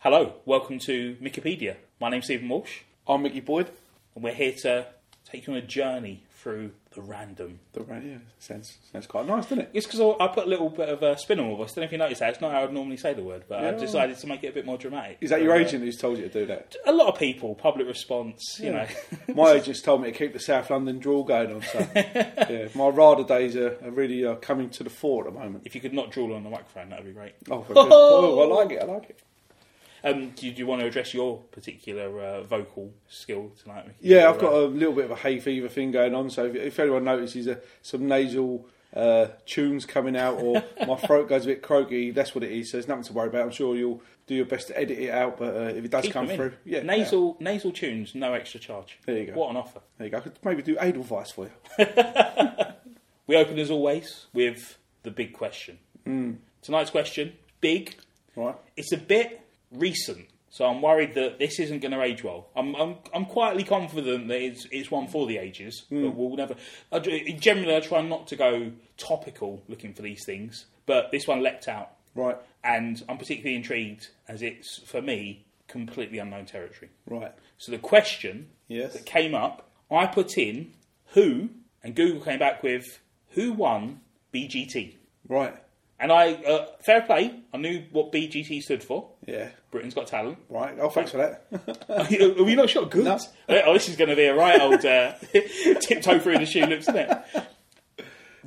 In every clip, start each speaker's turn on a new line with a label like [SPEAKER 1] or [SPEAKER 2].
[SPEAKER 1] Hello, welcome to Wikipedia. My name's Stephen Walsh,
[SPEAKER 2] I'm Mickey Boyd.
[SPEAKER 1] and we're here to take you on a journey through the random.
[SPEAKER 2] The ra- yeah, sounds sounds quite nice, doesn't it?
[SPEAKER 1] It's because I I put a little bit of a spin on all of us. don't know if you noticed that. It's not how I'd normally say the word, but I
[SPEAKER 2] Yeah.
[SPEAKER 1] decided to make it a bit more dramatic.
[SPEAKER 2] Is that your
[SPEAKER 1] Uh,
[SPEAKER 2] agent who's told you to do that?
[SPEAKER 1] A lot of people, public response, you
[SPEAKER 2] Yeah.
[SPEAKER 1] know.
[SPEAKER 2] My agent's told me to keep the South London drawl going on. So yeah, my RADA days are, are really uh, coming to the fore at the moment.
[SPEAKER 1] if you could not drawl on the microphone, that'd be great.
[SPEAKER 2] Oh, very good. oh, I like it. I like it.
[SPEAKER 1] Um, do, you, do you want to address your particular uh, vocal skill tonight? Mickey?
[SPEAKER 2] Yeah,
[SPEAKER 1] Or,
[SPEAKER 2] I've got
[SPEAKER 1] uh,
[SPEAKER 2] a little bit of a hay fever thing going on. So if, if anyone notices uh, some nasal uh, tunes coming out or my throat goes a bit croaky, that's what it is. So there's nothing to worry about. I'm sure you'll do your best to edit it out. But uh, if it does
[SPEAKER 1] keep
[SPEAKER 2] come
[SPEAKER 1] them in.
[SPEAKER 2] through, yeah,
[SPEAKER 1] nasal nasal tunes, no extra charge.
[SPEAKER 2] There you go.
[SPEAKER 1] What an offer.
[SPEAKER 2] There you go. I could maybe do Edelweiss for you.
[SPEAKER 1] We open as always with the big question. Tonight's question, big.
[SPEAKER 2] Hmm. Right.
[SPEAKER 1] It's a bit recent, so I'm worried that this isn't going to age well. I'm, I'm, I'm quietly confident that it's, it's one for the ages, but
[SPEAKER 2] Hmm.
[SPEAKER 1] we'll never. I, do- generally, I try not to go topical looking for these things, but this one leapt out,
[SPEAKER 2] Right.
[SPEAKER 1] and I'm particularly intrigued as it's for me completely unknown territory.
[SPEAKER 2] Right.
[SPEAKER 1] So the question
[SPEAKER 2] Yes.
[SPEAKER 1] that came up, I put in who, and Google came back with who won BGT.
[SPEAKER 2] Right.
[SPEAKER 1] And I, uh, fair play, I knew what BGT stood for.
[SPEAKER 2] Yeah.
[SPEAKER 1] Britain's Got Talent.
[SPEAKER 2] Right. Oh, thanks for that.
[SPEAKER 1] Are you, are you not sure? Good.
[SPEAKER 2] No.
[SPEAKER 1] Oh, this is going to be a right old uh, tiptoe through the shoe lips, isn't it?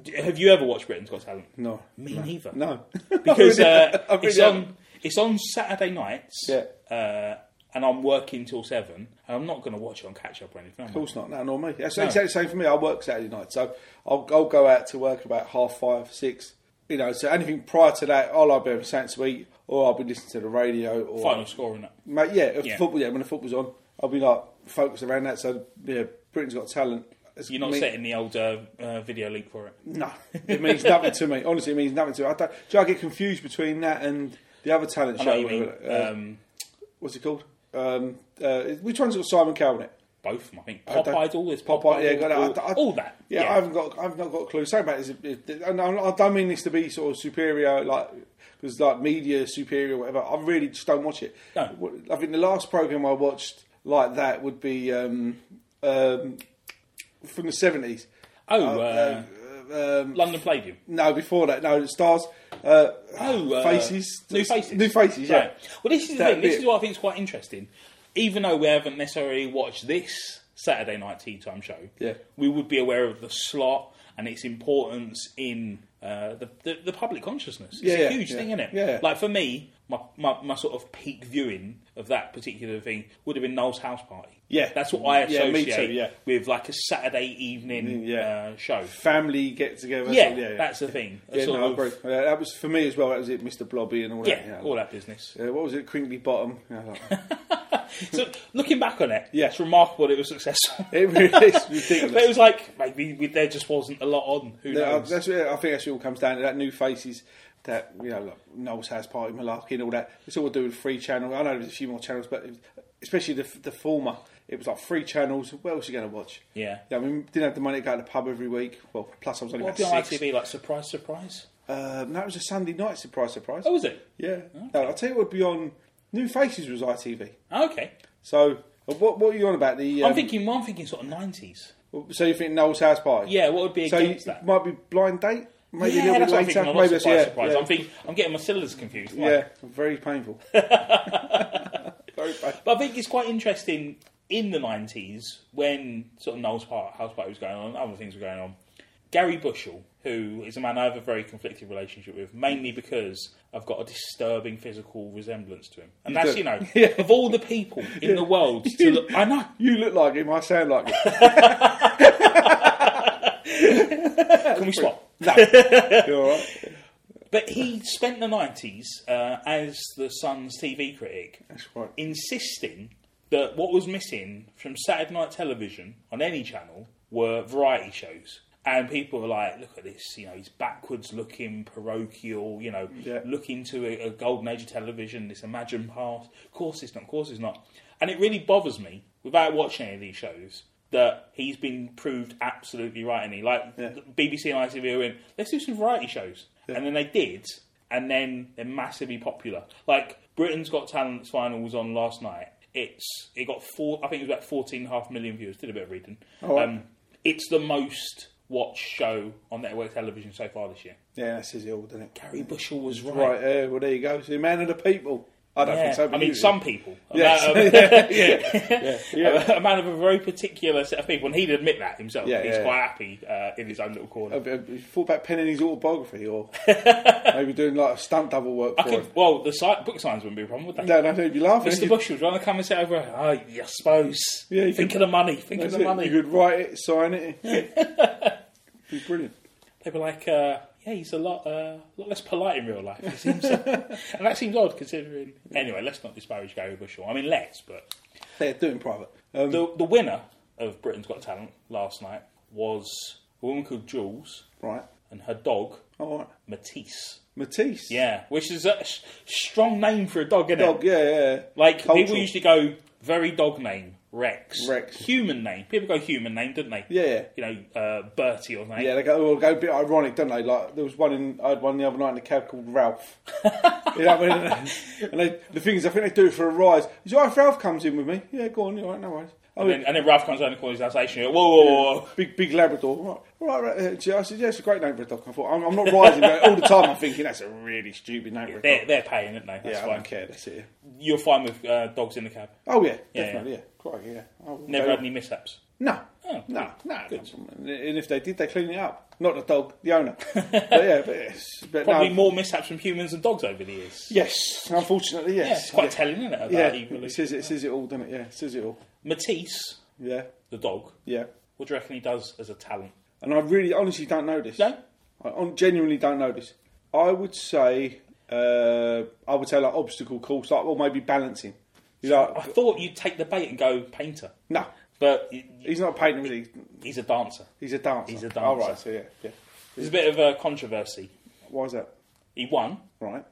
[SPEAKER 1] D- Have you ever watched Britain's Got Talent?
[SPEAKER 2] No.
[SPEAKER 1] Me
[SPEAKER 2] no.
[SPEAKER 1] neither.
[SPEAKER 2] No.
[SPEAKER 1] Because
[SPEAKER 2] I really-
[SPEAKER 1] uh,
[SPEAKER 2] I really
[SPEAKER 1] it's,
[SPEAKER 2] haven't.
[SPEAKER 1] on, it's on Saturday nights,
[SPEAKER 2] Yeah.
[SPEAKER 1] uh, and I'm working till 7, and I'm not going to watch it on catch up or anything. am I?
[SPEAKER 2] Of course not. No, nor me. That's exactly the same for me. I work Saturday night, so I'll, I'll go out to work at about half five, six. You know, so anything prior to that, I'll either have something to eat, or I'll be listening to the radio, or
[SPEAKER 1] Final score in it.
[SPEAKER 2] Mate, yeah, if
[SPEAKER 1] Yeah.
[SPEAKER 2] football. Yeah, when the football's on, I'll be like focused around that. So yeah, Britain's Got Talent. It's
[SPEAKER 1] You're not
[SPEAKER 2] me-
[SPEAKER 1] setting the old uh, uh, video link for it.
[SPEAKER 2] No, it means nothing to me. Honestly, it means nothing to me. I don't, do you know, I get confused between that and the other talent
[SPEAKER 1] I
[SPEAKER 2] show?
[SPEAKER 1] know what you mean.
[SPEAKER 2] whatever, uh,
[SPEAKER 1] um,
[SPEAKER 2] what's it called? Um, uh, which one's got Simon Cowell in it?
[SPEAKER 1] both of them, I think.
[SPEAKER 2] I don't-
[SPEAKER 1] Pop Idol is Pop
[SPEAKER 2] Popeye, yeah,
[SPEAKER 1] Idol,
[SPEAKER 2] got it.
[SPEAKER 1] all,
[SPEAKER 2] I- I-
[SPEAKER 1] all that.
[SPEAKER 2] Yeah, I haven't got, I've not got a clue. Same about it. is- it- And I'm not- I don't mean this to be sort of superior, like because like media superior, or whatever. I really just don't watch it.
[SPEAKER 1] No.
[SPEAKER 2] What- I think the last program I watched like that would be um, um, from the seventies.
[SPEAKER 1] Oh, uh,
[SPEAKER 2] um,
[SPEAKER 1] London Palladium.
[SPEAKER 2] no, before that, no, stars. Uh,
[SPEAKER 1] Oh, uh,
[SPEAKER 2] faces,
[SPEAKER 1] New Faces.
[SPEAKER 2] new faces. Yeah,
[SPEAKER 1] Right. Well, this is the
[SPEAKER 2] That
[SPEAKER 1] thing. This
[SPEAKER 2] bit.
[SPEAKER 1] is what I think is quite interesting. Even though we haven't necessarily watched this Saturday night tea time show,
[SPEAKER 2] Yeah.
[SPEAKER 1] we would be aware of the slot and its importance in uh, the, the the public consciousness. It's
[SPEAKER 2] Yeah,
[SPEAKER 1] a
[SPEAKER 2] yeah,
[SPEAKER 1] huge
[SPEAKER 2] yeah.
[SPEAKER 1] thing, isn't it?
[SPEAKER 2] Yeah.
[SPEAKER 1] Like for me, my, my my sort of peak viewing of that particular thing would have been Noel's house party.
[SPEAKER 2] Yeah.
[SPEAKER 1] that's what I
[SPEAKER 2] Yeah,
[SPEAKER 1] associate
[SPEAKER 2] me too, yeah.
[SPEAKER 1] with like a Saturday evening
[SPEAKER 2] Yeah.
[SPEAKER 1] uh, show.
[SPEAKER 2] family get together.
[SPEAKER 1] Yeah, that's the thing. A
[SPEAKER 2] Yeah,
[SPEAKER 1] sort
[SPEAKER 2] no, I
[SPEAKER 1] of-
[SPEAKER 2] agree. Yeah, that was for me as well. That was it, Mr. Blobby and all
[SPEAKER 1] Yeah,
[SPEAKER 2] that. you know,
[SPEAKER 1] all that business.
[SPEAKER 2] Yeah, uh, what was it? Crinkly bottom. Yeah, like-
[SPEAKER 1] So looking back on it,
[SPEAKER 2] Yeah.
[SPEAKER 1] it's remarkable that it was successful.
[SPEAKER 2] it really is
[SPEAKER 1] But it
[SPEAKER 2] ridiculous.
[SPEAKER 1] was like maybe we, there just wasn't a lot on. Who
[SPEAKER 2] Yeah,
[SPEAKER 1] knows?
[SPEAKER 2] that's what, I think that's what it all comes down to. That new faces, that you know, like Noel's house party, malarkey, and all that. It's all do with free channel. I know there's a few more channels, but it was, especially the the former, it was like free channels. What else are you going to watch?
[SPEAKER 1] Yeah.
[SPEAKER 2] yeah. I mean, we didn't have the money to go to the pub every week. Well, plus I was only
[SPEAKER 1] What would be on
[SPEAKER 2] about six.
[SPEAKER 1] ITV like surprise, surprise?
[SPEAKER 2] Um, that was a Sunday night surprise, surprise.
[SPEAKER 1] Oh, was it?
[SPEAKER 2] yeah. No, I'll tell you what. Beyond new faces was ITV.
[SPEAKER 1] Oh, okay.
[SPEAKER 2] So uh, what what are you on about the?
[SPEAKER 1] I'm
[SPEAKER 2] um,
[SPEAKER 1] thinking. Well, I'm thinking sort of nineties.
[SPEAKER 2] So you think Noel's house party?
[SPEAKER 1] Yeah. What would be
[SPEAKER 2] So you,
[SPEAKER 1] against
[SPEAKER 2] it
[SPEAKER 1] that?
[SPEAKER 2] might be blind date, maybe
[SPEAKER 1] yeah,
[SPEAKER 2] a little
[SPEAKER 1] that's
[SPEAKER 2] bit
[SPEAKER 1] what I'm thinking. I'm
[SPEAKER 2] later.
[SPEAKER 1] not
[SPEAKER 2] maybe
[SPEAKER 1] surprise,
[SPEAKER 2] yeah,
[SPEAKER 1] surprise.
[SPEAKER 2] Yeah,
[SPEAKER 1] I'm thinking. I'm getting my cylinders confused. Right.
[SPEAKER 2] yeah, very painful. very painful.
[SPEAKER 1] But I think it's quite interesting in the 90s when sort of Noel's part, house party was going on, other things were going on. Gary Bushell, who is a man I have a very conflicted relationship with, mainly because I've got a disturbing physical resemblance to him. And that's,
[SPEAKER 2] do?
[SPEAKER 1] you know,
[SPEAKER 2] Yeah.
[SPEAKER 1] of all the people in the world to look. I know.
[SPEAKER 2] You look like him. I sound like him.
[SPEAKER 1] Can we swap?
[SPEAKER 2] You all right?
[SPEAKER 1] But he spent the 90s uh, as the Sun's TV critic
[SPEAKER 2] That's right.
[SPEAKER 1] insisting that what was missing from Saturday night television on any channel were variety shows. And people were like, look at this, you know, he's backwards looking, parochial, you know,
[SPEAKER 2] Yeah.
[SPEAKER 1] looking to a, a golden age of television, this imagined past. Of course it's not, of course it's not. And it really bothers me, without watching any of these shows, that he's been proved absolutely right. And he, like,
[SPEAKER 2] Yeah.
[SPEAKER 1] BBC and ITV went, let's do some variety shows. And then they did, and then they're massively popular. Like Britain's Got Talent's final was on last night. It's it got four. I think it was about fourteen and a half million viewers. Did a bit of reading.
[SPEAKER 2] All right.
[SPEAKER 1] Um, it's the most watched show on network television so far this year.
[SPEAKER 2] Yeah, that's his ill, doesn't it?
[SPEAKER 1] Gary Bushell was right.
[SPEAKER 2] Right, yeah, well, there you go. So, man of the people. I don't
[SPEAKER 1] Yeah.
[SPEAKER 2] think so.
[SPEAKER 1] I
[SPEAKER 2] but
[SPEAKER 1] mean,
[SPEAKER 2] you-
[SPEAKER 1] some uh, people.
[SPEAKER 2] Yes.
[SPEAKER 1] A man-
[SPEAKER 2] yeah.
[SPEAKER 1] a man of a very particular set of people, and he'd admit that himself.
[SPEAKER 2] Yeah,
[SPEAKER 1] He's
[SPEAKER 2] yeah,
[SPEAKER 1] quite happy uh, in his own little corner.
[SPEAKER 2] Have have you thought about penning his autobiography or maybe doing like a stunt double work
[SPEAKER 1] I
[SPEAKER 2] for him?
[SPEAKER 1] could, well, the si- book signs wouldn't be a problem, would they?
[SPEAKER 2] No, no, no, you'd be laughing.
[SPEAKER 1] Mr.
[SPEAKER 2] You'd-
[SPEAKER 1] Bushell, do you want to come and sit over? Oh, yeah, I suppose.
[SPEAKER 2] Yeah, you
[SPEAKER 1] think
[SPEAKER 2] could-
[SPEAKER 1] of the money. Think of
[SPEAKER 2] that's
[SPEAKER 1] the
[SPEAKER 2] it.
[SPEAKER 1] money.
[SPEAKER 2] You could write it, sign it. be brilliant.
[SPEAKER 1] They'd be like, uh, yeah, he's a lot, uh, lot less polite in real life. It seems, and that seems odd considering. Anyway, let's not disparage Gary Bushell. I mean, let's. But
[SPEAKER 2] They're doing private. Um,
[SPEAKER 1] the the winner of Britain's Got Talent last night was a woman called Jules
[SPEAKER 2] right.
[SPEAKER 1] and her dog
[SPEAKER 2] All right.
[SPEAKER 1] Matisse.
[SPEAKER 2] Matisse.
[SPEAKER 1] Yeah, which is a s- strong name for a dog, isn't
[SPEAKER 2] Dog,
[SPEAKER 1] it?
[SPEAKER 2] yeah, yeah.
[SPEAKER 1] Like people
[SPEAKER 2] Cultural.
[SPEAKER 1] usually go very dog name Rex,
[SPEAKER 2] Rex.
[SPEAKER 1] human name. People go human name, don't they?
[SPEAKER 2] Yeah, yeah.
[SPEAKER 1] you know uh, Bertie or something.
[SPEAKER 2] Yeah, they go, well, go a bit ironic, don't they? Like there was one in I had one the other night in the cab called Ralph. you know what I mean? And they, the thing is, I think they do it for a rise. Is all right if Ralph comes in with me? Yeah, go on, all right, no worries. I
[SPEAKER 1] And
[SPEAKER 2] mean,
[SPEAKER 1] then, and then Ralph comes down and calls his Alsatian. you go, Whoa, whoa, whoa.
[SPEAKER 2] big big Labrador. All right, all right. right. uh, I said, yeah, it's a great name for a dog. I thought I'm, I'm not rising but all the time. I'm thinking that's a really stupid name for a
[SPEAKER 1] They're,
[SPEAKER 2] dog.
[SPEAKER 1] they're paying, aren't they? That's
[SPEAKER 2] Yeah, I
[SPEAKER 1] fine.
[SPEAKER 2] don't care. That's it. yeah.
[SPEAKER 1] You're fine with uh, dogs in the cab.
[SPEAKER 2] Oh yeah,
[SPEAKER 1] Yeah,
[SPEAKER 2] definitely. Yeah, quite. Yeah. Oh,
[SPEAKER 1] Never
[SPEAKER 2] okay.
[SPEAKER 1] had any mishaps.
[SPEAKER 2] No.
[SPEAKER 1] Oh,
[SPEAKER 2] no, no, no. And if they did, they clean it up. Not the dog, the owner. but yeah, but, it's- but no.
[SPEAKER 1] Probably more mishaps from humans than dogs over the years.
[SPEAKER 2] Yes, unfortunately, yes.
[SPEAKER 1] Yeah, it's quite telling, isn't it? About
[SPEAKER 2] Yeah, it
[SPEAKER 1] evolution.
[SPEAKER 2] says it, says it all, doesn't it? Yeah, it says it all.
[SPEAKER 1] Matisse,
[SPEAKER 2] Yeah,
[SPEAKER 1] the dog.
[SPEAKER 2] yeah.
[SPEAKER 1] What do you reckon he does as a talent?
[SPEAKER 2] And I really, honestly, don't know this.
[SPEAKER 1] No.
[SPEAKER 2] I hon- genuinely don't know this. I would say, uh, I would say like obstacle course, like well maybe balancing. You
[SPEAKER 1] I
[SPEAKER 2] know,
[SPEAKER 1] thought you'd take the bait and go painter,
[SPEAKER 2] no,
[SPEAKER 1] but y- y-
[SPEAKER 2] he's not a painter. Really.
[SPEAKER 1] he's a dancer.
[SPEAKER 2] He's a dancer.
[SPEAKER 1] He's a
[SPEAKER 2] All
[SPEAKER 1] dancer.
[SPEAKER 2] right, so yeah, yeah.
[SPEAKER 1] There's a bit of a controversy.
[SPEAKER 2] Why is that?
[SPEAKER 1] He won.
[SPEAKER 2] Right.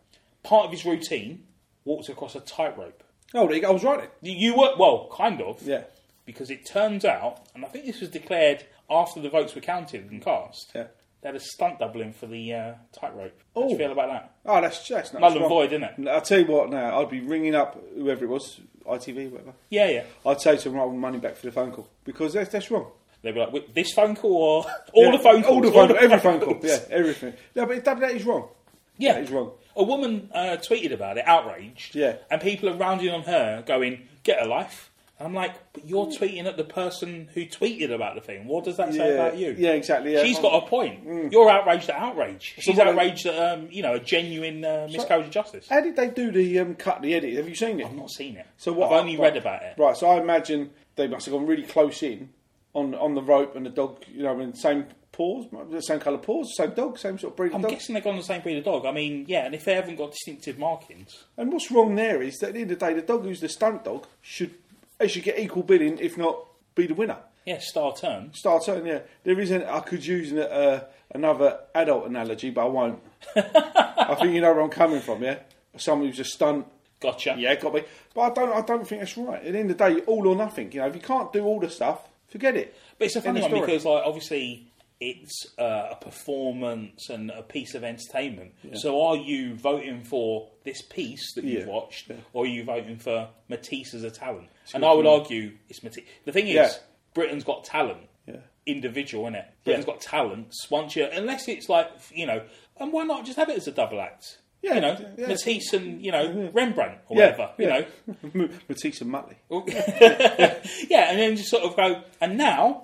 [SPEAKER 1] Part of his routine walked across a tightrope.
[SPEAKER 2] Oh, there you go. I was right. then.
[SPEAKER 1] You, you were well, kind of.
[SPEAKER 2] Yeah,
[SPEAKER 1] because it turns out, and I think this was declared after the votes were counted and cast,
[SPEAKER 2] yeah.
[SPEAKER 1] they had a stunt double in for the uh, tightrope. How do you
[SPEAKER 2] Oh.
[SPEAKER 1] feel about that?
[SPEAKER 2] Oh, that's that's not
[SPEAKER 1] Null and
[SPEAKER 2] wrong.
[SPEAKER 1] void, isn't it?
[SPEAKER 2] I'll tell you what. Now I'd be ringing up whoever it was, ITV, whatever.
[SPEAKER 1] Yeah, yeah.
[SPEAKER 2] I'd say to them, right, I want money back for the phone call because that's, that's wrong.
[SPEAKER 1] They'd be like, "Wait, this phone call or all the phone calls?
[SPEAKER 2] all the phone, every phone
[SPEAKER 1] calls."
[SPEAKER 2] call, yeah, everything. No, but that, that is wrong.
[SPEAKER 1] Yeah.
[SPEAKER 2] that is wrong.
[SPEAKER 1] A woman uh, tweeted about it, outraged.
[SPEAKER 2] Yeah.
[SPEAKER 1] And people are rounding on her, going, get a life. And I'm like, but you're tweeting at the person who tweeted about the thing. What does that say
[SPEAKER 2] Mm. yeah,
[SPEAKER 1] about you?
[SPEAKER 2] yeah, exactly. Yeah. Mm.
[SPEAKER 1] She's got a point. You're outraged at outrage. She's
[SPEAKER 2] what I-
[SPEAKER 1] outraged at, um, you know, a genuine uh, miscarriage of justice.
[SPEAKER 2] How did they do the um, cut, the edit? Have you seen it?
[SPEAKER 1] I've not seen it.
[SPEAKER 2] So what?
[SPEAKER 1] I've only
[SPEAKER 2] right,
[SPEAKER 1] read about it.
[SPEAKER 2] Right. So I imagine they must have gone really close in on on the rope and the dog. You know, I mean, same paws, same colour paws, same dog, same sort of breed of
[SPEAKER 1] I'm
[SPEAKER 2] dog.
[SPEAKER 1] guessing they've gone the same breed of dog. I mean, yeah, and if they haven't got distinctive markings,
[SPEAKER 2] And what's wrong there is that at the end of the day, the dog who's the stunt dog should they should get equal bidding, if not be the winner.
[SPEAKER 1] yeah, star turn.
[SPEAKER 2] Star Turn, yeah. There isn't. I could use an, uh, another adult analogy, but I won't. I think you know where I'm coming from, yeah. Someone who's a stunt,
[SPEAKER 1] Gotcha.
[SPEAKER 2] yeah, got me. But I don't. I don't think that's right. At the end of the day, all or nothing. You know, if you can't do all the stuff, forget it.
[SPEAKER 1] But it's a funny one
[SPEAKER 2] End of story.
[SPEAKER 1] because, like, obviously it's uh, a performance and a piece of entertainment. So are you voting for this piece that you've
[SPEAKER 2] Yeah.
[SPEAKER 1] watched, or are you voting for Matisse as a talent? and I would argue it's Matisse. The thing is,
[SPEAKER 2] Yeah.
[SPEAKER 1] Britain's got talent.
[SPEAKER 2] Yeah.
[SPEAKER 1] Individual, innit? Britain's got talents. Once you, unless it's like you know, and why not just have it as a double act?
[SPEAKER 2] Yeah,
[SPEAKER 1] you know,
[SPEAKER 2] yeah.
[SPEAKER 1] Matisse and you know Rembrandt or whatever. You know,
[SPEAKER 2] know, Matisse and Muttley.
[SPEAKER 1] yeah, and then just sort of go. And now,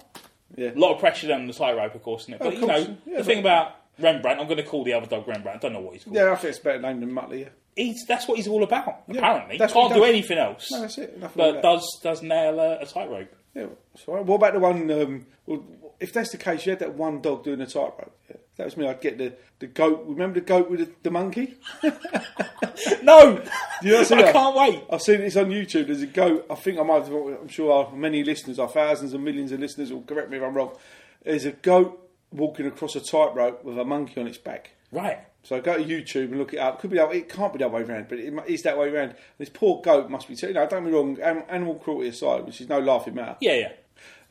[SPEAKER 2] Yeah.
[SPEAKER 1] a
[SPEAKER 2] Oh,
[SPEAKER 1] lot of pressure down the tightrope, of course, isn't it? But
[SPEAKER 2] of
[SPEAKER 1] you
[SPEAKER 2] course.
[SPEAKER 1] know,
[SPEAKER 2] Yeah,
[SPEAKER 1] the
[SPEAKER 2] but-
[SPEAKER 1] thing about Rembrandt, I'm going to call the other dog Rembrandt. I don't know what he's called.
[SPEAKER 2] Yeah, I think it's a better name than Muttley. Yeah.
[SPEAKER 1] He's, that's what he's all about. apparently,
[SPEAKER 2] that's what
[SPEAKER 1] can't
[SPEAKER 2] he
[SPEAKER 1] do
[SPEAKER 2] does.
[SPEAKER 1] anything else.
[SPEAKER 2] No, that's it. Nothing
[SPEAKER 1] But
[SPEAKER 2] like that.
[SPEAKER 1] does does nail a, a tightrope?
[SPEAKER 2] Yeah, so what about the one? Um, well, if that's the case, you had that one dog doing the tightrope. Yeah. If that was me, I'd get the, the goat. Remember the goat with the, the monkey?
[SPEAKER 1] No,
[SPEAKER 2] You know what I'm
[SPEAKER 1] I
[SPEAKER 2] saying?
[SPEAKER 1] can't wait.
[SPEAKER 2] I've seen this on YouTube. There's a goat. I think I might. Have, I'm sure our many listeners, our thousands and millions of listeners, will correct me if I'm wrong. There's a goat walking across a tightrope with a monkey on its back.
[SPEAKER 1] Right.
[SPEAKER 2] So go to YouTube and look it up. Could be that, it can't be that way round, but it mu- is that way round. This poor goat must be. You know, don't be wrong. an- Animal cruelty aside, which is no laughing matter.
[SPEAKER 1] Yeah,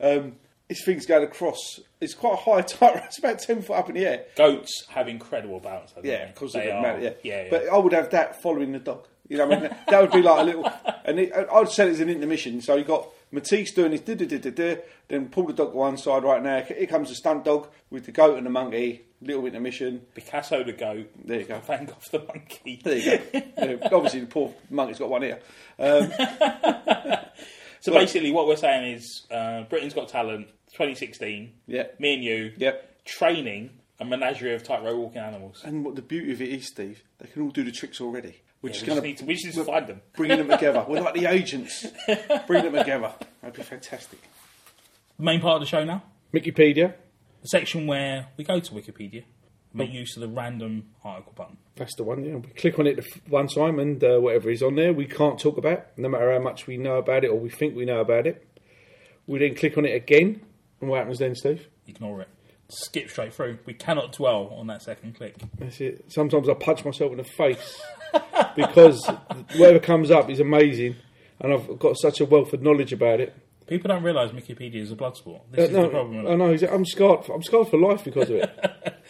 [SPEAKER 1] yeah.
[SPEAKER 2] Um, his things going across. It's quite a high tightrope. It's about ten foot up in the air.
[SPEAKER 1] Goats have incredible balance. haven't
[SPEAKER 2] Yeah,
[SPEAKER 1] they?
[SPEAKER 2] because
[SPEAKER 1] they
[SPEAKER 2] of the
[SPEAKER 1] are.
[SPEAKER 2] amount, yeah.
[SPEAKER 1] yeah, yeah.
[SPEAKER 2] But I would have that following the dog. You know, what I mean, that would be like a little. And it, I'd say it's an intermission. So you got Matisse doing his da da da da da, then pull the dog to one side right now. Here comes the stunt dog with the goat and the monkey. Little intermission.
[SPEAKER 1] Picasso the goat.
[SPEAKER 2] There you go.
[SPEAKER 1] Van Gogh the monkey.
[SPEAKER 2] There you go. Yeah, obviously, the poor monkey's got one ear. Um,
[SPEAKER 1] So
[SPEAKER 2] Well-
[SPEAKER 1] basically, what we're saying is uh, Britain's Got Talent 2016.
[SPEAKER 2] Yeah.
[SPEAKER 1] Me and you.
[SPEAKER 2] Yep.
[SPEAKER 1] Training a menagerie of tightrope walking animals.
[SPEAKER 2] and what the beauty of it is, Steve, they can all do the tricks already. We're
[SPEAKER 1] Yeah,
[SPEAKER 2] just
[SPEAKER 1] we
[SPEAKER 2] going
[SPEAKER 1] just need to- we just need to find them.
[SPEAKER 2] Bringing them together. We're like the agents. Bring them together. That'd be fantastic.
[SPEAKER 1] The main part of the show now.
[SPEAKER 2] Wikipedia.
[SPEAKER 1] The section where we go to Wikipedia, make use of the random article button.
[SPEAKER 2] That's the one. Yeah, we click on it the f- one time, and uh, whatever is on there, we can't talk about, no matter how much we know about it or we think we know about it. We then click on it again, and what happens then, Steve?
[SPEAKER 1] Ignore it. Skip straight through. We cannot dwell on that second click.
[SPEAKER 2] That's it. Sometimes I punch myself in the face because whatever comes up is amazing, and I've got such a wealth of knowledge about it.
[SPEAKER 1] People don't realise Wikipedia is a blood sport. This
[SPEAKER 2] Uh,
[SPEAKER 1] is the problem.
[SPEAKER 2] I know. is it- I'm scarred. For, I'm scarred for life because of it.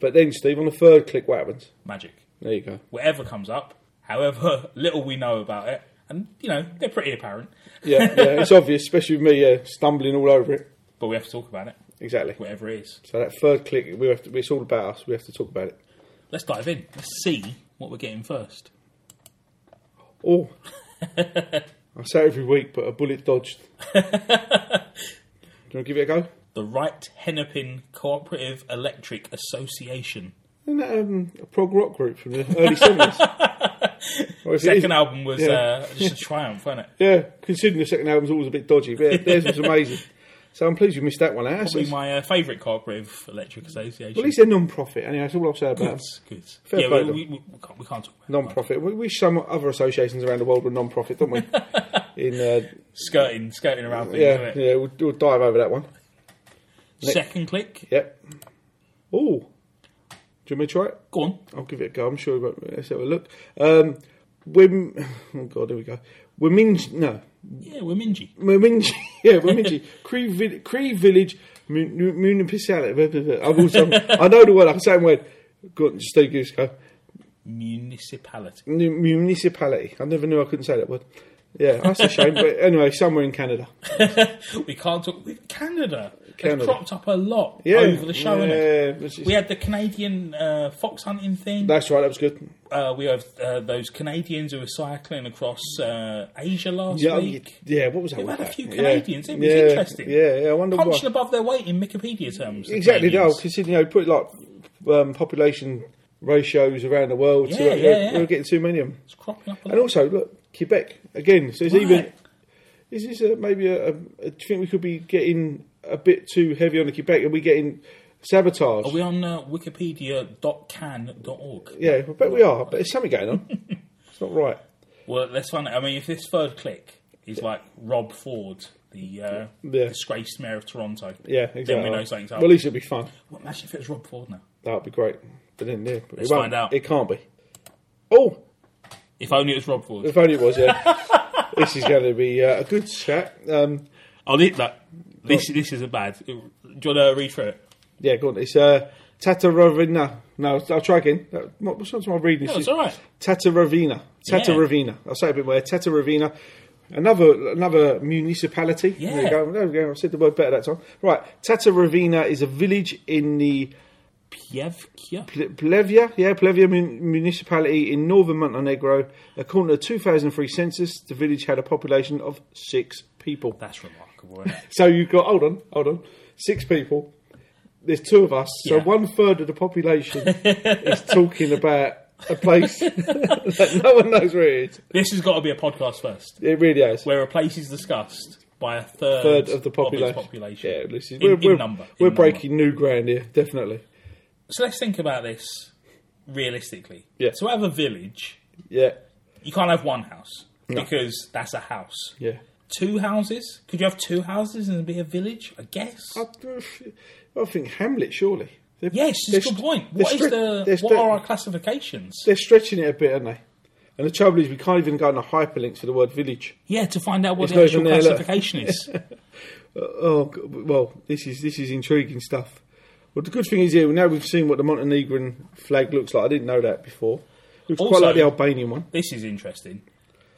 [SPEAKER 2] but then, Steve, on the third click, what happens?
[SPEAKER 1] Magic.
[SPEAKER 2] There you go.
[SPEAKER 1] Whatever comes up, however little we know about it, and you know they're pretty apparent,
[SPEAKER 2] Yeah, yeah. it's obvious, especially with me uh, stumbling all over it.
[SPEAKER 1] but we have to talk about it,
[SPEAKER 2] Exactly.
[SPEAKER 1] whatever it is.
[SPEAKER 2] So that third click, we have to, it's all about us. We have to talk about it.
[SPEAKER 1] Let's dive in. Let's see what we're getting first.
[SPEAKER 2] Oh, I say it every week, but a bullet dodged. Do you want to give it a go?
[SPEAKER 1] The Right Hennepin Cooperative Electric Association.
[SPEAKER 2] Isn't that um, a prog rock group from the early seventies?
[SPEAKER 1] Second album was uh,
[SPEAKER 2] Yeah.
[SPEAKER 1] just a triumph, wasn't it?
[SPEAKER 2] Yeah, considering the second album's always a bit dodgy, but yeah, theirs was amazing. So I'm pleased you missed that one out. That's-
[SPEAKER 1] Probably my uh, favourite cooperative electric association.
[SPEAKER 2] Well, at least they're non-profit. Anyway, that's all I'll say about them.
[SPEAKER 1] That's good.
[SPEAKER 2] Fair
[SPEAKER 1] yeah,
[SPEAKER 2] play
[SPEAKER 1] we,
[SPEAKER 2] to them.
[SPEAKER 1] we, we, can't, we can't talk about it.
[SPEAKER 2] Non-profit. We wish some other associations around the world were non-profit, don't we? In uh,
[SPEAKER 1] Skirting, skirting around things,
[SPEAKER 2] yeah,
[SPEAKER 1] isn't it?
[SPEAKER 2] yeah, we'll, we'll dive over that one.
[SPEAKER 1] Second click.
[SPEAKER 2] Yep. Oh, do you want me to try it?
[SPEAKER 1] Go on.
[SPEAKER 2] I'll give it a go. I'm sure. We've got, let's have a look. Um, Wim. Oh God, here we go. Wiminji. No,
[SPEAKER 1] Yeah, we're mingy.
[SPEAKER 2] Wiminji. Yeah, Wiminji. Cree, Vill- Cree Village Mun- Mun- Municipality. blah, blah, blah. I've also, I know the word. I can say the word. Go on, just take this go.
[SPEAKER 1] Municipality.
[SPEAKER 2] Mu- Municipality. I never knew I couldn't say that word. Yeah, that's a shame. but anyway, somewhere in Canada.
[SPEAKER 1] we can't talk. we- Canada. It's
[SPEAKER 2] Canada.
[SPEAKER 1] cropped up a lot
[SPEAKER 2] Yeah,
[SPEAKER 1] over the show,
[SPEAKER 2] Yeah,
[SPEAKER 1] innit?
[SPEAKER 2] which is-
[SPEAKER 1] We had the Canadian uh, fox hunting thing.
[SPEAKER 2] that's right. That was good.
[SPEAKER 1] Uh, we have uh, those Canadians who were cycling across uh, Asia last
[SPEAKER 2] Yeah, you-
[SPEAKER 1] week.
[SPEAKER 2] yeah. What was that?
[SPEAKER 1] We've
[SPEAKER 2] one
[SPEAKER 1] had a
[SPEAKER 2] about?
[SPEAKER 1] few
[SPEAKER 2] Yeah.
[SPEAKER 1] Canadians. It was
[SPEAKER 2] yeah,
[SPEAKER 1] interesting.
[SPEAKER 2] Yeah, yeah. I wonder why.
[SPEAKER 1] Punching above their weight in Wikipedia terms. the
[SPEAKER 2] Exactly, no,
[SPEAKER 1] Canadians.
[SPEAKER 2] because you know, put like um, population ratios around the world, to,
[SPEAKER 1] Yeah, yeah, yeah.
[SPEAKER 2] we're getting too many of them.
[SPEAKER 1] It's cropping up a
[SPEAKER 2] And
[SPEAKER 1] lot.
[SPEAKER 2] also, look, Quebec again. So it's
[SPEAKER 1] Right.
[SPEAKER 2] even is this a, maybe a, a? Do you think we could be getting a bit too heavy on the Quebec? Are we getting sabotage?
[SPEAKER 1] Are we on uh, wikipedia.can.org?
[SPEAKER 2] yeah, I bet we are. But there's something going on. it's not right.
[SPEAKER 1] Well, that's funny. I mean, if this third click is like Rob Ford, the uh,
[SPEAKER 2] Yeah.
[SPEAKER 1] disgraced mayor of Toronto,
[SPEAKER 2] Yeah, exactly.
[SPEAKER 1] then we know something's up.
[SPEAKER 2] Well, at least it'll be fun.
[SPEAKER 1] Well, imagine if it was Rob Ford now.
[SPEAKER 2] That would be great. But then, yeah, but
[SPEAKER 1] Let's
[SPEAKER 2] it won't.
[SPEAKER 1] find out.
[SPEAKER 2] It can't be. Oh,
[SPEAKER 1] If only it was Rob Ford.
[SPEAKER 2] if only it was. Yeah, this is going to be uh, a good chat. Um,
[SPEAKER 1] Oh, this, that, this, this is a bad. Do you want to read through it?
[SPEAKER 2] Yeah, go on. It's uh, Tataravina. No, I'll try again. Uh, what- What's wrong with my reading?
[SPEAKER 1] No, it's all right.
[SPEAKER 2] Tataravina. Tataravina. I'll say it a bit more. Tataravina. Another another municipality. There
[SPEAKER 1] Yeah.
[SPEAKER 2] you go. There we go. I said the word better that time. Right. Tataravina is a village in the
[SPEAKER 1] Pievkia.
[SPEAKER 2] Ple- Plevia, yeah, Plevia mun- municipality in northern Montenegro. According to the 2003 census, the village had a population of six people.
[SPEAKER 1] That's remarkable. Isn't it?
[SPEAKER 2] So you've got hold on, hold on, six people. There's two of us, so
[SPEAKER 1] Yeah.
[SPEAKER 2] one third of the population is talking about a place that no one knows where it is.
[SPEAKER 1] this has got to be a podcast first,
[SPEAKER 2] It really is.
[SPEAKER 1] where a place is discussed by a third,
[SPEAKER 2] Third of the
[SPEAKER 1] its
[SPEAKER 2] population.
[SPEAKER 1] population.
[SPEAKER 2] Yeah, this is,
[SPEAKER 1] In-
[SPEAKER 2] we're,
[SPEAKER 1] in
[SPEAKER 2] we're,
[SPEAKER 1] number, in
[SPEAKER 2] we're
[SPEAKER 1] number.
[SPEAKER 2] breaking new ground here, definitely.
[SPEAKER 1] So let's think about this realistically.
[SPEAKER 2] Yeah.
[SPEAKER 1] So, have a village.
[SPEAKER 2] Yeah,
[SPEAKER 1] You can't have one house because that's a house.
[SPEAKER 2] yeah.
[SPEAKER 1] Two houses? Could you have two houses and be a village? I guess.
[SPEAKER 2] I, I think Hamlet, surely. They're,
[SPEAKER 1] yes,
[SPEAKER 2] they're
[SPEAKER 1] it's a good
[SPEAKER 2] st-
[SPEAKER 1] point.
[SPEAKER 2] they're
[SPEAKER 1] What is
[SPEAKER 2] stre-
[SPEAKER 1] the?
[SPEAKER 2] they're
[SPEAKER 1] What
[SPEAKER 2] stre-
[SPEAKER 1] are our classifications?
[SPEAKER 2] They're stretching it a bit, aren't they? And the trouble is, we can't even go on the hyperlinks for the word village.
[SPEAKER 1] Yeah, to find out what
[SPEAKER 2] It's
[SPEAKER 1] the
[SPEAKER 2] not
[SPEAKER 1] actual
[SPEAKER 2] even there, look.
[SPEAKER 1] classification is.
[SPEAKER 2] Oh g- well, this is this is intriguing stuff. Well, the good thing is, yeah, now we've seen what the Montenegrin flag looks like. I didn't know that before. Looks quite
[SPEAKER 1] Also-
[SPEAKER 2] like the Albanian one.
[SPEAKER 1] This is interesting.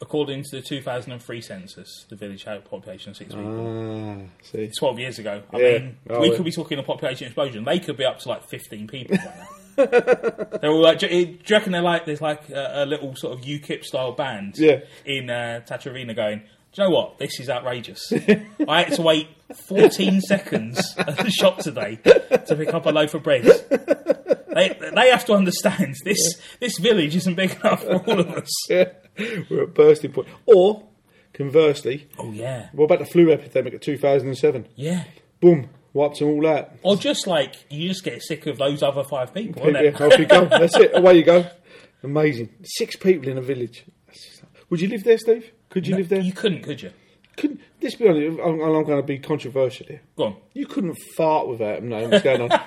[SPEAKER 1] According to the 2003 census, the village had a population of six people.
[SPEAKER 2] Ah, see,
[SPEAKER 1] 12 years ago. I
[SPEAKER 2] Yeah.
[SPEAKER 1] mean,
[SPEAKER 2] Oh,
[SPEAKER 1] we
[SPEAKER 2] yeah.
[SPEAKER 1] could be talking a population explosion. They could be up to like 15 people right now. they're all like, do you do you reckon they're like, there's like a, a little sort of UKIP style band
[SPEAKER 2] Yeah.
[SPEAKER 1] in uh, Tacharina going, do you know what? This is outrageous. I had to wait 14 seconds at the shop today to pick up a loaf of bread. They, they have to understand this, this village isn't big enough for all of us.
[SPEAKER 2] we're at bursting point. Or conversely,
[SPEAKER 1] Oh, yeah.
[SPEAKER 2] what about the flu epidemic of two thousand and seven?
[SPEAKER 1] Yeah.
[SPEAKER 2] Boom, wiped them all out.
[SPEAKER 1] Or just like, you just get sick of those other five people,
[SPEAKER 2] Yeah,
[SPEAKER 1] isn't it?
[SPEAKER 2] off you go. That's it. Away you go. Amazing. Six people in a village. That's just- Would you live there, Steve? Could you live there?
[SPEAKER 1] You couldn't, could you?
[SPEAKER 2] Couldn't. Let's be honest. I'm, I'm going to be controversial here.
[SPEAKER 1] Go on.
[SPEAKER 2] You couldn't fart without him knowing what's going on.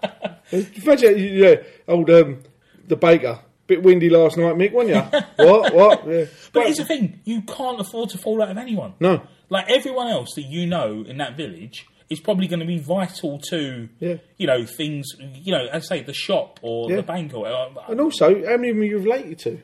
[SPEAKER 2] Imagine, yeah, old um, the baker. Bit windy last night, Mick, wasn't you? what? What? Yeah.
[SPEAKER 1] But here's the thing: you can't afford to fall out of anyone.
[SPEAKER 2] No.
[SPEAKER 1] like everyone else that you know in that village is probably going to be vital to,
[SPEAKER 2] Yeah.
[SPEAKER 1] you know, things. You know, as I say the shop or
[SPEAKER 2] Yeah.
[SPEAKER 1] the bank or uh,
[SPEAKER 2] And also, how many of them are you related to?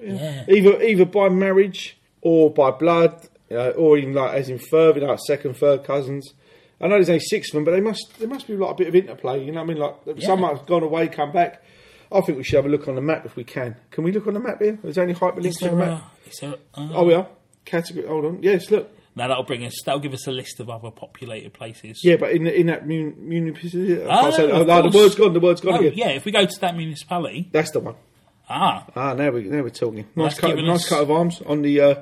[SPEAKER 1] yeah.
[SPEAKER 2] Either either by marriage or by blood, uh, or even like as in further, like second, third cousins. I know there's only six of them, but they must there must be like a bit of interplay. You know what I mean? Like some might have gone away, come back. I think we should have a look on the map if we can. Can we look on the map here? There's only
[SPEAKER 1] Is
[SPEAKER 2] hyperlinks on the
[SPEAKER 1] there,
[SPEAKER 2] map.
[SPEAKER 1] uh, is there, uh,
[SPEAKER 2] Oh, we are. Category. Hold on. Yes, look.
[SPEAKER 1] now that'll bring us. That'll give us a list of other populated places.
[SPEAKER 2] Yeah, but in in that mun- municipality. I can't say that.
[SPEAKER 1] Ah, of
[SPEAKER 2] Oh, no,
[SPEAKER 1] course.
[SPEAKER 2] the word's gone. The word's gone
[SPEAKER 1] Oh,
[SPEAKER 2] again.
[SPEAKER 1] yeah. If we go to that municipality,
[SPEAKER 2] That's the one.
[SPEAKER 1] ah,
[SPEAKER 2] Ah, now we now we're talking. Nice
[SPEAKER 1] that's
[SPEAKER 2] cut.
[SPEAKER 1] giving
[SPEAKER 2] Nice
[SPEAKER 1] us-
[SPEAKER 2] cut of arms on the uh,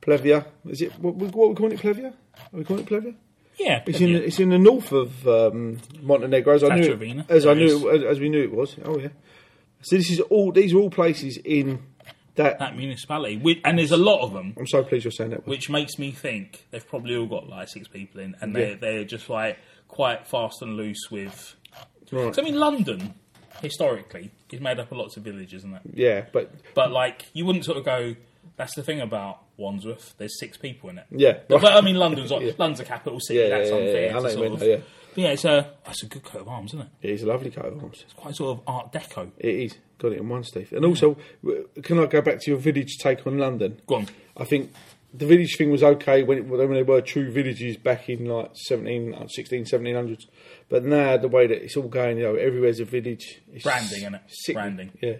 [SPEAKER 2] plevia. Is it what, we- what we calling it plevia? Are we calling it plevia?
[SPEAKER 1] yeah,
[SPEAKER 2] It's in it's in the north of um, Montenegro, as I knew
[SPEAKER 1] Herzegovina,
[SPEAKER 2] as I
[SPEAKER 1] there
[SPEAKER 2] knew as, as we knew it was. Oh yeah. So this is all these are all places in that.
[SPEAKER 1] that municipality, we, and there's a lot of them.
[SPEAKER 2] I'm so pleased you're saying that. word.
[SPEAKER 1] which makes me think they've probably all got like six people in, and they're they're just like quite fast and loose with.
[SPEAKER 2] Right.
[SPEAKER 1] So I mean, London historically is made up of lots of villages, isn't it?
[SPEAKER 2] Yeah, but
[SPEAKER 1] But like, you wouldn't sort of go. That's the thing about Wandsworth. There's six people in it.
[SPEAKER 2] Yeah.
[SPEAKER 1] but, but, I mean, London's like,
[SPEAKER 2] Yeah.
[SPEAKER 1] London's a capital city.
[SPEAKER 2] Yeah, yeah,
[SPEAKER 1] that's
[SPEAKER 2] yeah,
[SPEAKER 1] unfair.
[SPEAKER 2] yeah, I know
[SPEAKER 1] to
[SPEAKER 2] what you
[SPEAKER 1] sort
[SPEAKER 2] mean,
[SPEAKER 1] of-
[SPEAKER 2] yeah.
[SPEAKER 1] But yeah, it's a that's a good coat of arms, isn't it?
[SPEAKER 2] it is a lovely coat of arms.
[SPEAKER 1] It's quite sort of Art Deco.
[SPEAKER 2] It is. Got it in one, Steve. And also, w- can I go back to your village take on London?
[SPEAKER 1] Go on.
[SPEAKER 2] I think the village thing was okay when, it, when they were true villages back in like 17, uh, 16, 1700s. But now, the way that it's all going, you know, everywhere's a village. It's
[SPEAKER 1] Branding, innit?
[SPEAKER 2] sick.
[SPEAKER 1] Branding.
[SPEAKER 2] Yeah.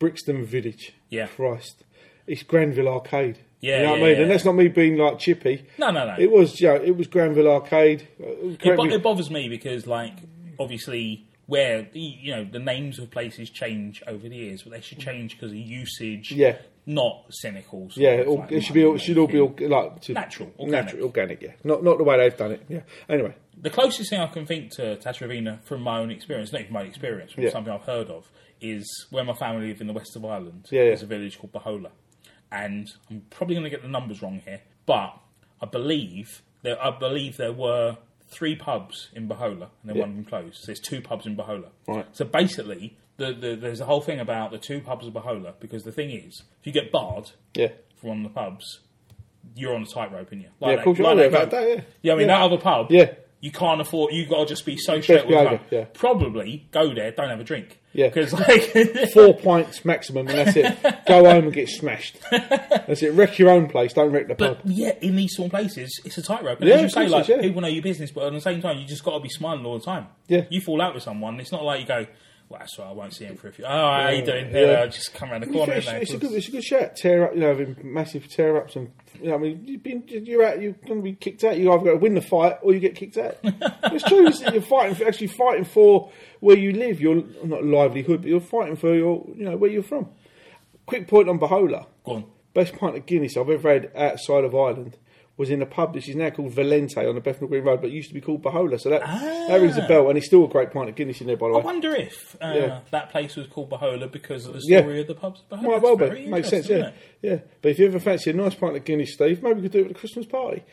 [SPEAKER 2] Brixton Village.
[SPEAKER 1] Yeah.
[SPEAKER 2] Christ. It's Granville Arcade.
[SPEAKER 1] Yeah,
[SPEAKER 2] You know what
[SPEAKER 1] yeah,
[SPEAKER 2] I mean?
[SPEAKER 1] yeah.
[SPEAKER 2] And that's not me being like chippy.
[SPEAKER 1] No, no, no.
[SPEAKER 2] It was, you know, it was Granville Arcade. Uh, correct
[SPEAKER 1] it, bo-
[SPEAKER 2] me-
[SPEAKER 1] it bothers me because like obviously where the- you know the names of places change over the years but they should change because of usage
[SPEAKER 2] Mm. Yeah.
[SPEAKER 1] not cynical sort
[SPEAKER 2] Yeah,
[SPEAKER 1] of,
[SPEAKER 2] it, all,
[SPEAKER 1] like,
[SPEAKER 2] it should be. all- It
[SPEAKER 1] money
[SPEAKER 2] should all be all,
[SPEAKER 1] making.
[SPEAKER 2] like to,
[SPEAKER 1] Natural, organic.
[SPEAKER 2] natural, organic. Yeah, not not the way they've done it. Yeah. Anyway,
[SPEAKER 1] the closest thing i can think to Tatravina from my own experience not even my own experience from
[SPEAKER 2] Yeah.
[SPEAKER 1] something i've heard of is where my family live in the west of ireland
[SPEAKER 2] Yeah, yeah.
[SPEAKER 1] there's a village called Bahola and i'm probably going to get the numbers wrong here but i believe there i believe there were three pubs in Bahola and then one of them closed so there's two pubs in Bahola
[SPEAKER 2] Right.
[SPEAKER 1] So basically, the, the, there's a whole thing about the two pubs of Bahola because the thing is, if you get barred
[SPEAKER 2] yeah,
[SPEAKER 1] from one of the pubs, you're on a tightrope, aren't you? Like
[SPEAKER 2] yeah.
[SPEAKER 1] that-
[SPEAKER 2] Of course, you
[SPEAKER 1] like
[SPEAKER 2] are
[SPEAKER 1] that
[SPEAKER 2] there about
[SPEAKER 1] goat.
[SPEAKER 2] that. Yeah,
[SPEAKER 1] Yeah, I mean that other pub.
[SPEAKER 2] Yeah.
[SPEAKER 1] You can't afford. You've got to just be so
[SPEAKER 2] Best
[SPEAKER 1] straight with the
[SPEAKER 2] behaviour,
[SPEAKER 1] pub.
[SPEAKER 2] yeah.
[SPEAKER 1] Probably go there, don't have a drink.
[SPEAKER 2] Yeah.
[SPEAKER 1] Because like,
[SPEAKER 2] Four pints maximum, and that's it. Go home and get smashed. That's it. Wreck your own place. Don't wreck the
[SPEAKER 1] but
[SPEAKER 2] pub.
[SPEAKER 1] yeah, in these small places, it's a tightrope. And
[SPEAKER 2] Yeah,
[SPEAKER 1] as you
[SPEAKER 2] of
[SPEAKER 1] say,
[SPEAKER 2] course
[SPEAKER 1] like
[SPEAKER 2] it is, yeah.
[SPEAKER 1] people know your business, but at the same time, you just got to be smiling all the time.
[SPEAKER 2] Yeah.
[SPEAKER 1] You fall out with someone, it's not like you go. Well, that's right. I won't see him for a few. Oh, how you doing?
[SPEAKER 2] Yeah.
[SPEAKER 1] Yeah, just come around the corner.
[SPEAKER 2] it's,
[SPEAKER 1] innit?
[SPEAKER 2] it's a good. It's a good shirt. Tear up. You know, having massive tear ups, and you know, I mean, you've been. You're out. You're going to be kicked out. You either got to win the fight or you get kicked out. it's true. it's- You're fighting. For, actually, fighting for where you live. Your not livelihood, but you're fighting for your. You know where you're from. Quick point on Bahola.
[SPEAKER 1] Go on.
[SPEAKER 2] Best pint of Guinness I've ever had outside of Ireland was in a pub which is now called Valente on the Bethnal Green Road, but used to be called Bahola. So that, that rings a
[SPEAKER 1] Ah.
[SPEAKER 2] bell, and it's still a great pint of Guinness in there, by the
[SPEAKER 1] I
[SPEAKER 2] way.
[SPEAKER 1] wonder if uh,
[SPEAKER 2] Yeah.
[SPEAKER 1] that place was called Bahola because of the
[SPEAKER 2] Yeah.
[SPEAKER 1] story of the pubs. Bahola.
[SPEAKER 2] Might
[SPEAKER 1] That's
[SPEAKER 2] well be.
[SPEAKER 1] very
[SPEAKER 2] Makes sense,
[SPEAKER 1] interesting,
[SPEAKER 2] yeah.
[SPEAKER 1] isn't it?
[SPEAKER 2] yeah. But if you ever fancy a nice pint of Guinness, Steve, maybe we could do it at a Christmas party.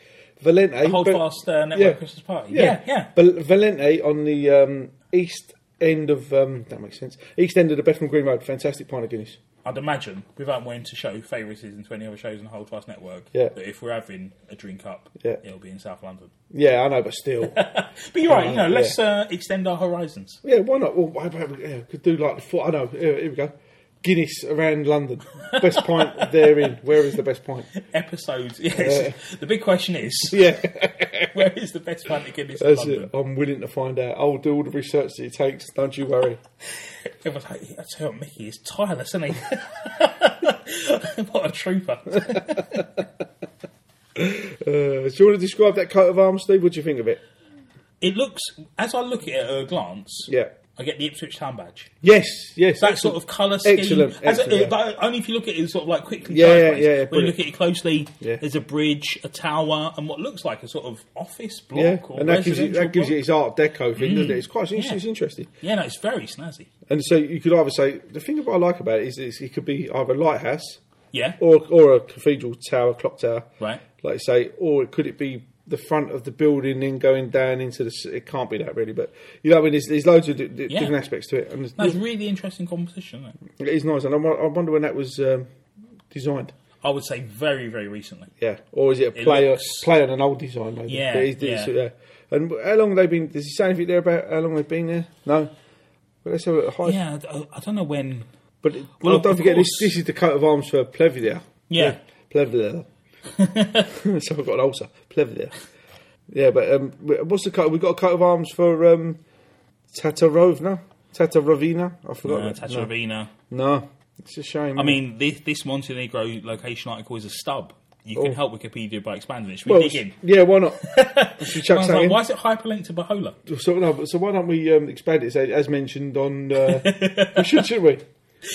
[SPEAKER 2] Valente.
[SPEAKER 1] Hold
[SPEAKER 2] but-
[SPEAKER 1] fast uh, network
[SPEAKER 2] yeah.
[SPEAKER 1] Christmas party. Yeah, yeah.
[SPEAKER 2] But Valente on the um, east end of. Um, that makes sense. East end of the Bethnal Green Road. Fantastic pint of Guinness.
[SPEAKER 1] I'd imagine, without wanting to show favouritism to any other shows on the whole Twice Network,
[SPEAKER 2] Yeah.
[SPEAKER 1] that if we're having a drink up,
[SPEAKER 2] Yeah.
[SPEAKER 1] it'll be in South London.
[SPEAKER 2] Yeah, I know, but still.
[SPEAKER 1] But you're right, you know,
[SPEAKER 2] yeah.
[SPEAKER 1] let's uh, extend our horizons.
[SPEAKER 2] yeah, why not? Well, why, why- yeah, could do like the four. I know. Here, here we go. Guinness around London. Best pint therein. Where is the best pint?
[SPEAKER 1] Episodes. Yes. The big question is,
[SPEAKER 2] Yeah,
[SPEAKER 1] where is the best pint of Guinness in
[SPEAKER 2] that's
[SPEAKER 1] London?
[SPEAKER 2] it. I'm willing to find out. I'll do all the research that it takes. Don't you worry.
[SPEAKER 1] Everyone's like, I tell you what, Mickey is tireless, isn't he? what a trooper.
[SPEAKER 2] Uh, do you want to describe that coat of arms, Steve? What do you think of it?
[SPEAKER 1] It looks, as I look at it at a glance,
[SPEAKER 2] Yeah.
[SPEAKER 1] I get the Ipswich Town badge.
[SPEAKER 2] Yes. Yes.
[SPEAKER 1] That sort of colour scheme.
[SPEAKER 2] Excellent,
[SPEAKER 1] As a-
[SPEAKER 2] excellent.
[SPEAKER 1] like, only if you look at it sort of like quickly
[SPEAKER 2] Yeah, yeah,
[SPEAKER 1] sideways.
[SPEAKER 2] yeah, yeah,
[SPEAKER 1] when you
[SPEAKER 2] brilliant.
[SPEAKER 1] look at it closely,
[SPEAKER 2] Yeah.
[SPEAKER 1] there's a bridge, a tower, and what looks like a sort of office block
[SPEAKER 2] Yeah,
[SPEAKER 1] or
[SPEAKER 2] and that gives you
[SPEAKER 1] residential
[SPEAKER 2] that gives you
[SPEAKER 1] block.
[SPEAKER 2] its Art Deco thing, doesn't it? It's quite it's,
[SPEAKER 1] Yeah.
[SPEAKER 2] it's interesting.
[SPEAKER 1] Yeah, no, it's very snazzy.
[SPEAKER 2] And so you could either say the thing that I like about it is, is it could be either a lighthouse
[SPEAKER 1] Yeah.
[SPEAKER 2] or or a cathedral tower, clock tower,
[SPEAKER 1] Right.
[SPEAKER 2] Like you say, or it could it be the front of the building and going down into the? s- It can't be that really, but you know, I mean, there's, there's loads of d- d-
[SPEAKER 1] Yeah.
[SPEAKER 2] different aspects to it, and it's,
[SPEAKER 1] That's really interesting composition. Isn't it?
[SPEAKER 2] it is nice. And I, wo- I wonder when that was um, designed.
[SPEAKER 1] I would say very, very recently.
[SPEAKER 2] Yeah, or is it a
[SPEAKER 1] It
[SPEAKER 2] play
[SPEAKER 1] looks-
[SPEAKER 2] play on an old design? Maybe.
[SPEAKER 1] Yeah,
[SPEAKER 2] But it's- it's-
[SPEAKER 1] yeah.
[SPEAKER 2] yeah. And how long have they been? Does he say anything there about how long they've been there? No. Well, let's have a look. High.
[SPEAKER 1] Yeah, I, I don't know when.
[SPEAKER 2] But it-
[SPEAKER 1] Well,
[SPEAKER 2] oh, don't
[SPEAKER 1] of
[SPEAKER 2] forget
[SPEAKER 1] course.
[SPEAKER 2] this. This is the coat of arms for Plevier.
[SPEAKER 1] Yeah.
[SPEAKER 2] Plevier. so I've got an ulcer. Plevier. Yeah, but um, what's the coat? We've got a coat of arms for um, Tatarovna. Tatarovina. I forgot.
[SPEAKER 1] Uh,
[SPEAKER 2] that. no.
[SPEAKER 1] Tatarovina.
[SPEAKER 2] no, it's a shame.
[SPEAKER 1] I mean, this, this Montenegro location article is a stub. You can
[SPEAKER 2] Oh.
[SPEAKER 1] help Wikipedia by expanding it. Should we
[SPEAKER 2] well,
[SPEAKER 1] dig in?
[SPEAKER 2] yeah, why not? Should we chuck
[SPEAKER 1] I was
[SPEAKER 2] something
[SPEAKER 1] like,
[SPEAKER 2] in?
[SPEAKER 1] why is it hyperlinked to Bahola?
[SPEAKER 2] So, no, but- so why don't we um, expand it, say, as mentioned on... Uh, we should, should we?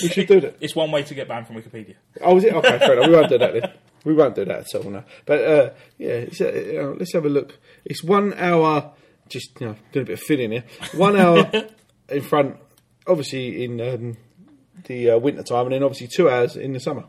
[SPEAKER 2] We should do that.
[SPEAKER 1] It's one way to get banned from Wikipedia.
[SPEAKER 2] Oh, is it? Okay, fair enough. We won't do that then. We won't do that at all, no. But, uh, yeah, it's, uh, you know, let's have a look. It's one hour... Just, you know, doing a bit of filling here. One hour in front, obviously, in um, the uh, winter time, and then obviously two hours in the summer.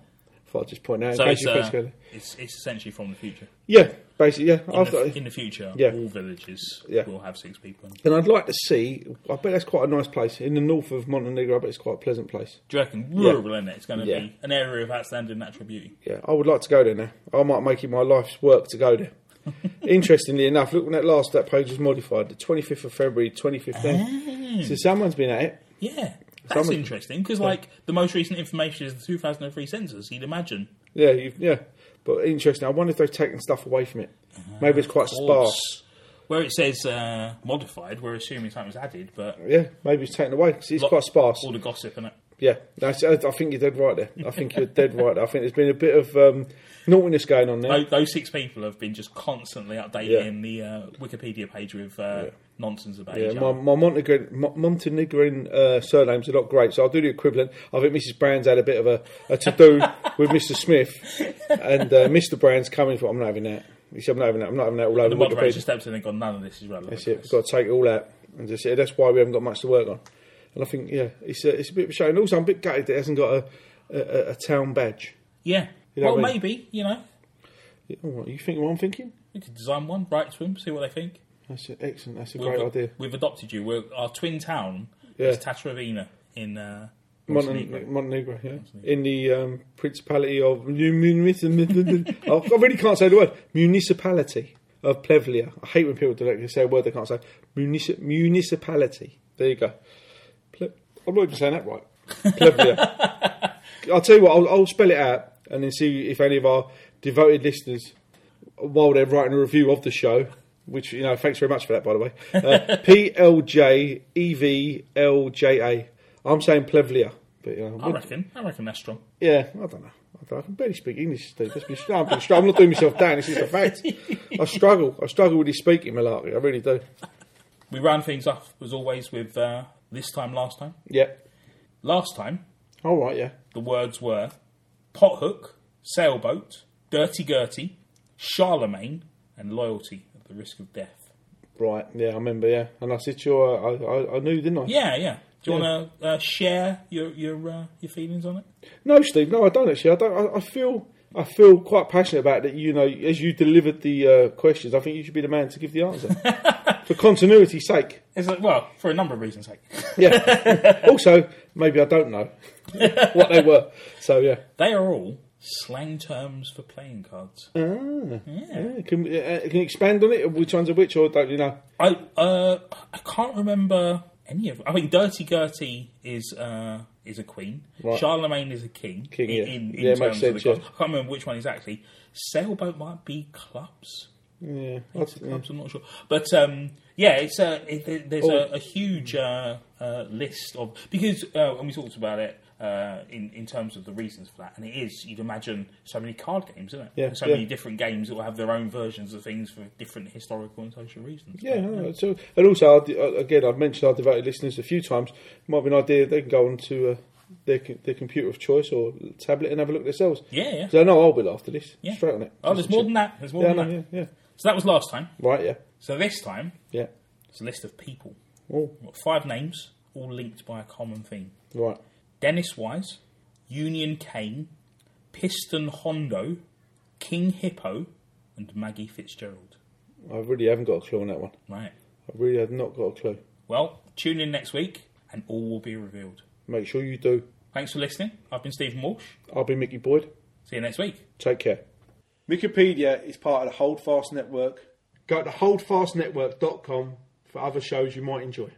[SPEAKER 2] If I just point out.
[SPEAKER 1] So
[SPEAKER 2] in case
[SPEAKER 1] it's,
[SPEAKER 2] you press
[SPEAKER 1] uh,
[SPEAKER 2] go-
[SPEAKER 1] it's, it's essentially from the future.
[SPEAKER 2] yeah, basically, yeah.
[SPEAKER 1] In,
[SPEAKER 2] I've
[SPEAKER 1] the,
[SPEAKER 2] got it.
[SPEAKER 1] in the future,
[SPEAKER 2] Yeah.
[SPEAKER 1] all villages
[SPEAKER 2] Yeah.
[SPEAKER 1] will have six people. in.
[SPEAKER 2] And I'd like to see... I bet that's quite a nice place. In the north of Montenegro, I bet it's quite a pleasant place.
[SPEAKER 1] Do you reckon rural, isn't it? It's going to
[SPEAKER 2] Yeah.
[SPEAKER 1] be an area of outstanding natural beauty.
[SPEAKER 2] Yeah, I would like to go there now. I might make it my life's work to go there. Interestingly enough, look when that last that page was modified, the 25th of February 2015.
[SPEAKER 1] Ah.
[SPEAKER 2] So someone's been at it.
[SPEAKER 1] Yeah, that's
[SPEAKER 2] Someone-
[SPEAKER 1] interesting because, like, the most recent information is the 2003 census. You'd imagine.
[SPEAKER 2] Yeah, you, yeah. But interesting. I wonder if they've taken stuff away from it.
[SPEAKER 1] Ah,
[SPEAKER 2] Maybe it's quite sparse.
[SPEAKER 1] Orbs. Where it says uh, modified, we're assuming something was added, but
[SPEAKER 2] Yeah, maybe it's taken away. 'cause it's
[SPEAKER 1] Lot-
[SPEAKER 2] quite sparse.
[SPEAKER 1] all the gossip in it.
[SPEAKER 2] Yeah, that's, I I think you're dead right there. I think you're dead right there. I think there's been a bit of um, naughtiness going on there.
[SPEAKER 1] Those, those six people have been just constantly updating the uh, Wikipedia page with uh, nonsense about
[SPEAKER 2] Yeah,
[SPEAKER 1] each
[SPEAKER 2] my,
[SPEAKER 1] other.
[SPEAKER 2] my Montenegrin, Mo- Montenegrin uh, surnames are not great, so I'll do the equivalent. I think Mrs. Brand's had a bit of a, a to do with Mr. Smith, and uh, Mr. Brand's coming for. I'm not having that. He said, I'm not having that. I'm not having that all over
[SPEAKER 1] The moderator
[SPEAKER 2] Wikipedia.
[SPEAKER 1] steps in and gone, none of this is relevant.
[SPEAKER 2] That's it. We've got to take it all out. And just, yeah, that's why we haven't got much to work on. And I think, yeah, it's a, it's a bit of a shame. And also, I'm a bit gutted that it hasn't got a, a, a- a town badge.
[SPEAKER 1] Yeah.
[SPEAKER 2] know
[SPEAKER 1] well,
[SPEAKER 2] what I mean?
[SPEAKER 1] maybe, you know.
[SPEAKER 2] Yeah, all right, you think what I'm thinking?
[SPEAKER 1] We could design one, write to them, see what they think.
[SPEAKER 2] That's a, excellent. That's a
[SPEAKER 1] We've,
[SPEAKER 2] great idea.
[SPEAKER 1] we've adopted you. We're, our twin town
[SPEAKER 2] Yeah.
[SPEAKER 1] is Tatarovina in uh, Montenegro.
[SPEAKER 2] Montenegro, Montenegro yeah. In the um, Principality of Municipality. I really can't say the word. Municipality of Plevlia. I hate when people directly say a word they can't say. Munici- municipality. There you go. Ple- I'm not even saying that right. Plevlia. I'll tell you what, I'll, I'll spell it out and then see if any of our devoted listeners, while they're writing a review of the show, which, you know, thanks very much for that, by the way. Uh, P L J E V L J A. I'm saying Plevlia. But, you know,
[SPEAKER 1] I reckon. I reckon that's strong.
[SPEAKER 2] yeah, I don't know. I, don't, I can barely speak English, Steve. That's been, I'm, been, I'm not doing myself down. This is a fact. I struggle. I struggle with his speaking malarkey. I really do.
[SPEAKER 1] We round things off, as always, with uh, this time, last time.
[SPEAKER 2] Yeah.
[SPEAKER 1] Last time,
[SPEAKER 2] All right. Yeah.
[SPEAKER 1] the words were pothook, sailboat, dirty Gertie, Charlemagne, and loyalty at the risk of death.
[SPEAKER 2] Right. Yeah. I remember. Yeah. And I said, "Sure." I, I, I knew, didn't I?
[SPEAKER 1] Yeah, yeah. Do you
[SPEAKER 2] Yeah.
[SPEAKER 1] want to uh, share your your uh, your feelings on it?
[SPEAKER 2] No, Steve. No, I don't actually. I don't. I, I feel. I feel quite passionate about that. You know, as you delivered the uh, questions, I think you should be the man to give the answer. for continuity's sake.
[SPEAKER 1] It's like, well, for a number of reasons. Like,
[SPEAKER 2] Yeah. also, maybe I don't know what they were. So yeah,
[SPEAKER 1] they are all slang terms for playing cards.
[SPEAKER 2] yeah. Can, we- uh, can you expand on it? Which ones are which, or don't you know?
[SPEAKER 1] I uh, I can't remember any of. I mean, Dirty Gertie is uh, is a queen.
[SPEAKER 2] Right.
[SPEAKER 1] Charlemagne is a king.
[SPEAKER 2] King,
[SPEAKER 1] in,
[SPEAKER 2] yeah.
[SPEAKER 1] in, in
[SPEAKER 2] Yeah, makes
[SPEAKER 1] terms of the
[SPEAKER 2] sense, yeah.
[SPEAKER 1] cards. I can't remember which one exactly. Sailboat might be clubs.
[SPEAKER 2] Yeah, that's, yeah.
[SPEAKER 1] clubs I'm not sure, but um, yeah, it's a it, there- there's
[SPEAKER 2] Oh.
[SPEAKER 1] a, a huge uh, uh, list of because uh, and we talked about it. Uh, in in terms of the reasons for that, and it is you'd imagine so many card games, isn't it?
[SPEAKER 2] Yeah,
[SPEAKER 1] so
[SPEAKER 2] yeah.
[SPEAKER 1] many different games that will have their own versions of things for different historical and social reasons.
[SPEAKER 2] Yeah, no, so, and also, I d- I- again, I've mentioned our devoted listeners a few times. Might be an idea they can go onto uh, their co- their computer of choice or tablet and have a look themselves.
[SPEAKER 1] yeah, yeah.
[SPEAKER 2] So I know I'll be after this.
[SPEAKER 1] Yeah.
[SPEAKER 2] Straight on it.
[SPEAKER 1] Oh, there's more than that. There's more
[SPEAKER 2] Yeah,
[SPEAKER 1] than
[SPEAKER 2] no,
[SPEAKER 1] that.
[SPEAKER 2] yeah, yeah.
[SPEAKER 1] So that was last time.
[SPEAKER 2] Right, yeah,
[SPEAKER 1] So this time,
[SPEAKER 2] yeah.
[SPEAKER 1] it's a list of people.
[SPEAKER 2] Oh,
[SPEAKER 1] We've got five names, all linked by a common theme
[SPEAKER 2] right.
[SPEAKER 1] Dennis Wise, Union Kane, Piston Hondo, King Hippo, and Maggie Fitzgerald.
[SPEAKER 2] I really haven't got a clue on that one.
[SPEAKER 1] Right.
[SPEAKER 2] I really have not got a clue.
[SPEAKER 1] Well, tune in next week and all will be revealed.
[SPEAKER 2] Make sure you do.
[SPEAKER 1] Thanks for listening. I've been Stephen Walsh.
[SPEAKER 2] I'll be Mickey Boyd.
[SPEAKER 1] See you next week.
[SPEAKER 2] Take care.
[SPEAKER 3] Wikipedia is part of the Holdfast Network.
[SPEAKER 2] Go to holdfastnetwork.com for other shows you might enjoy.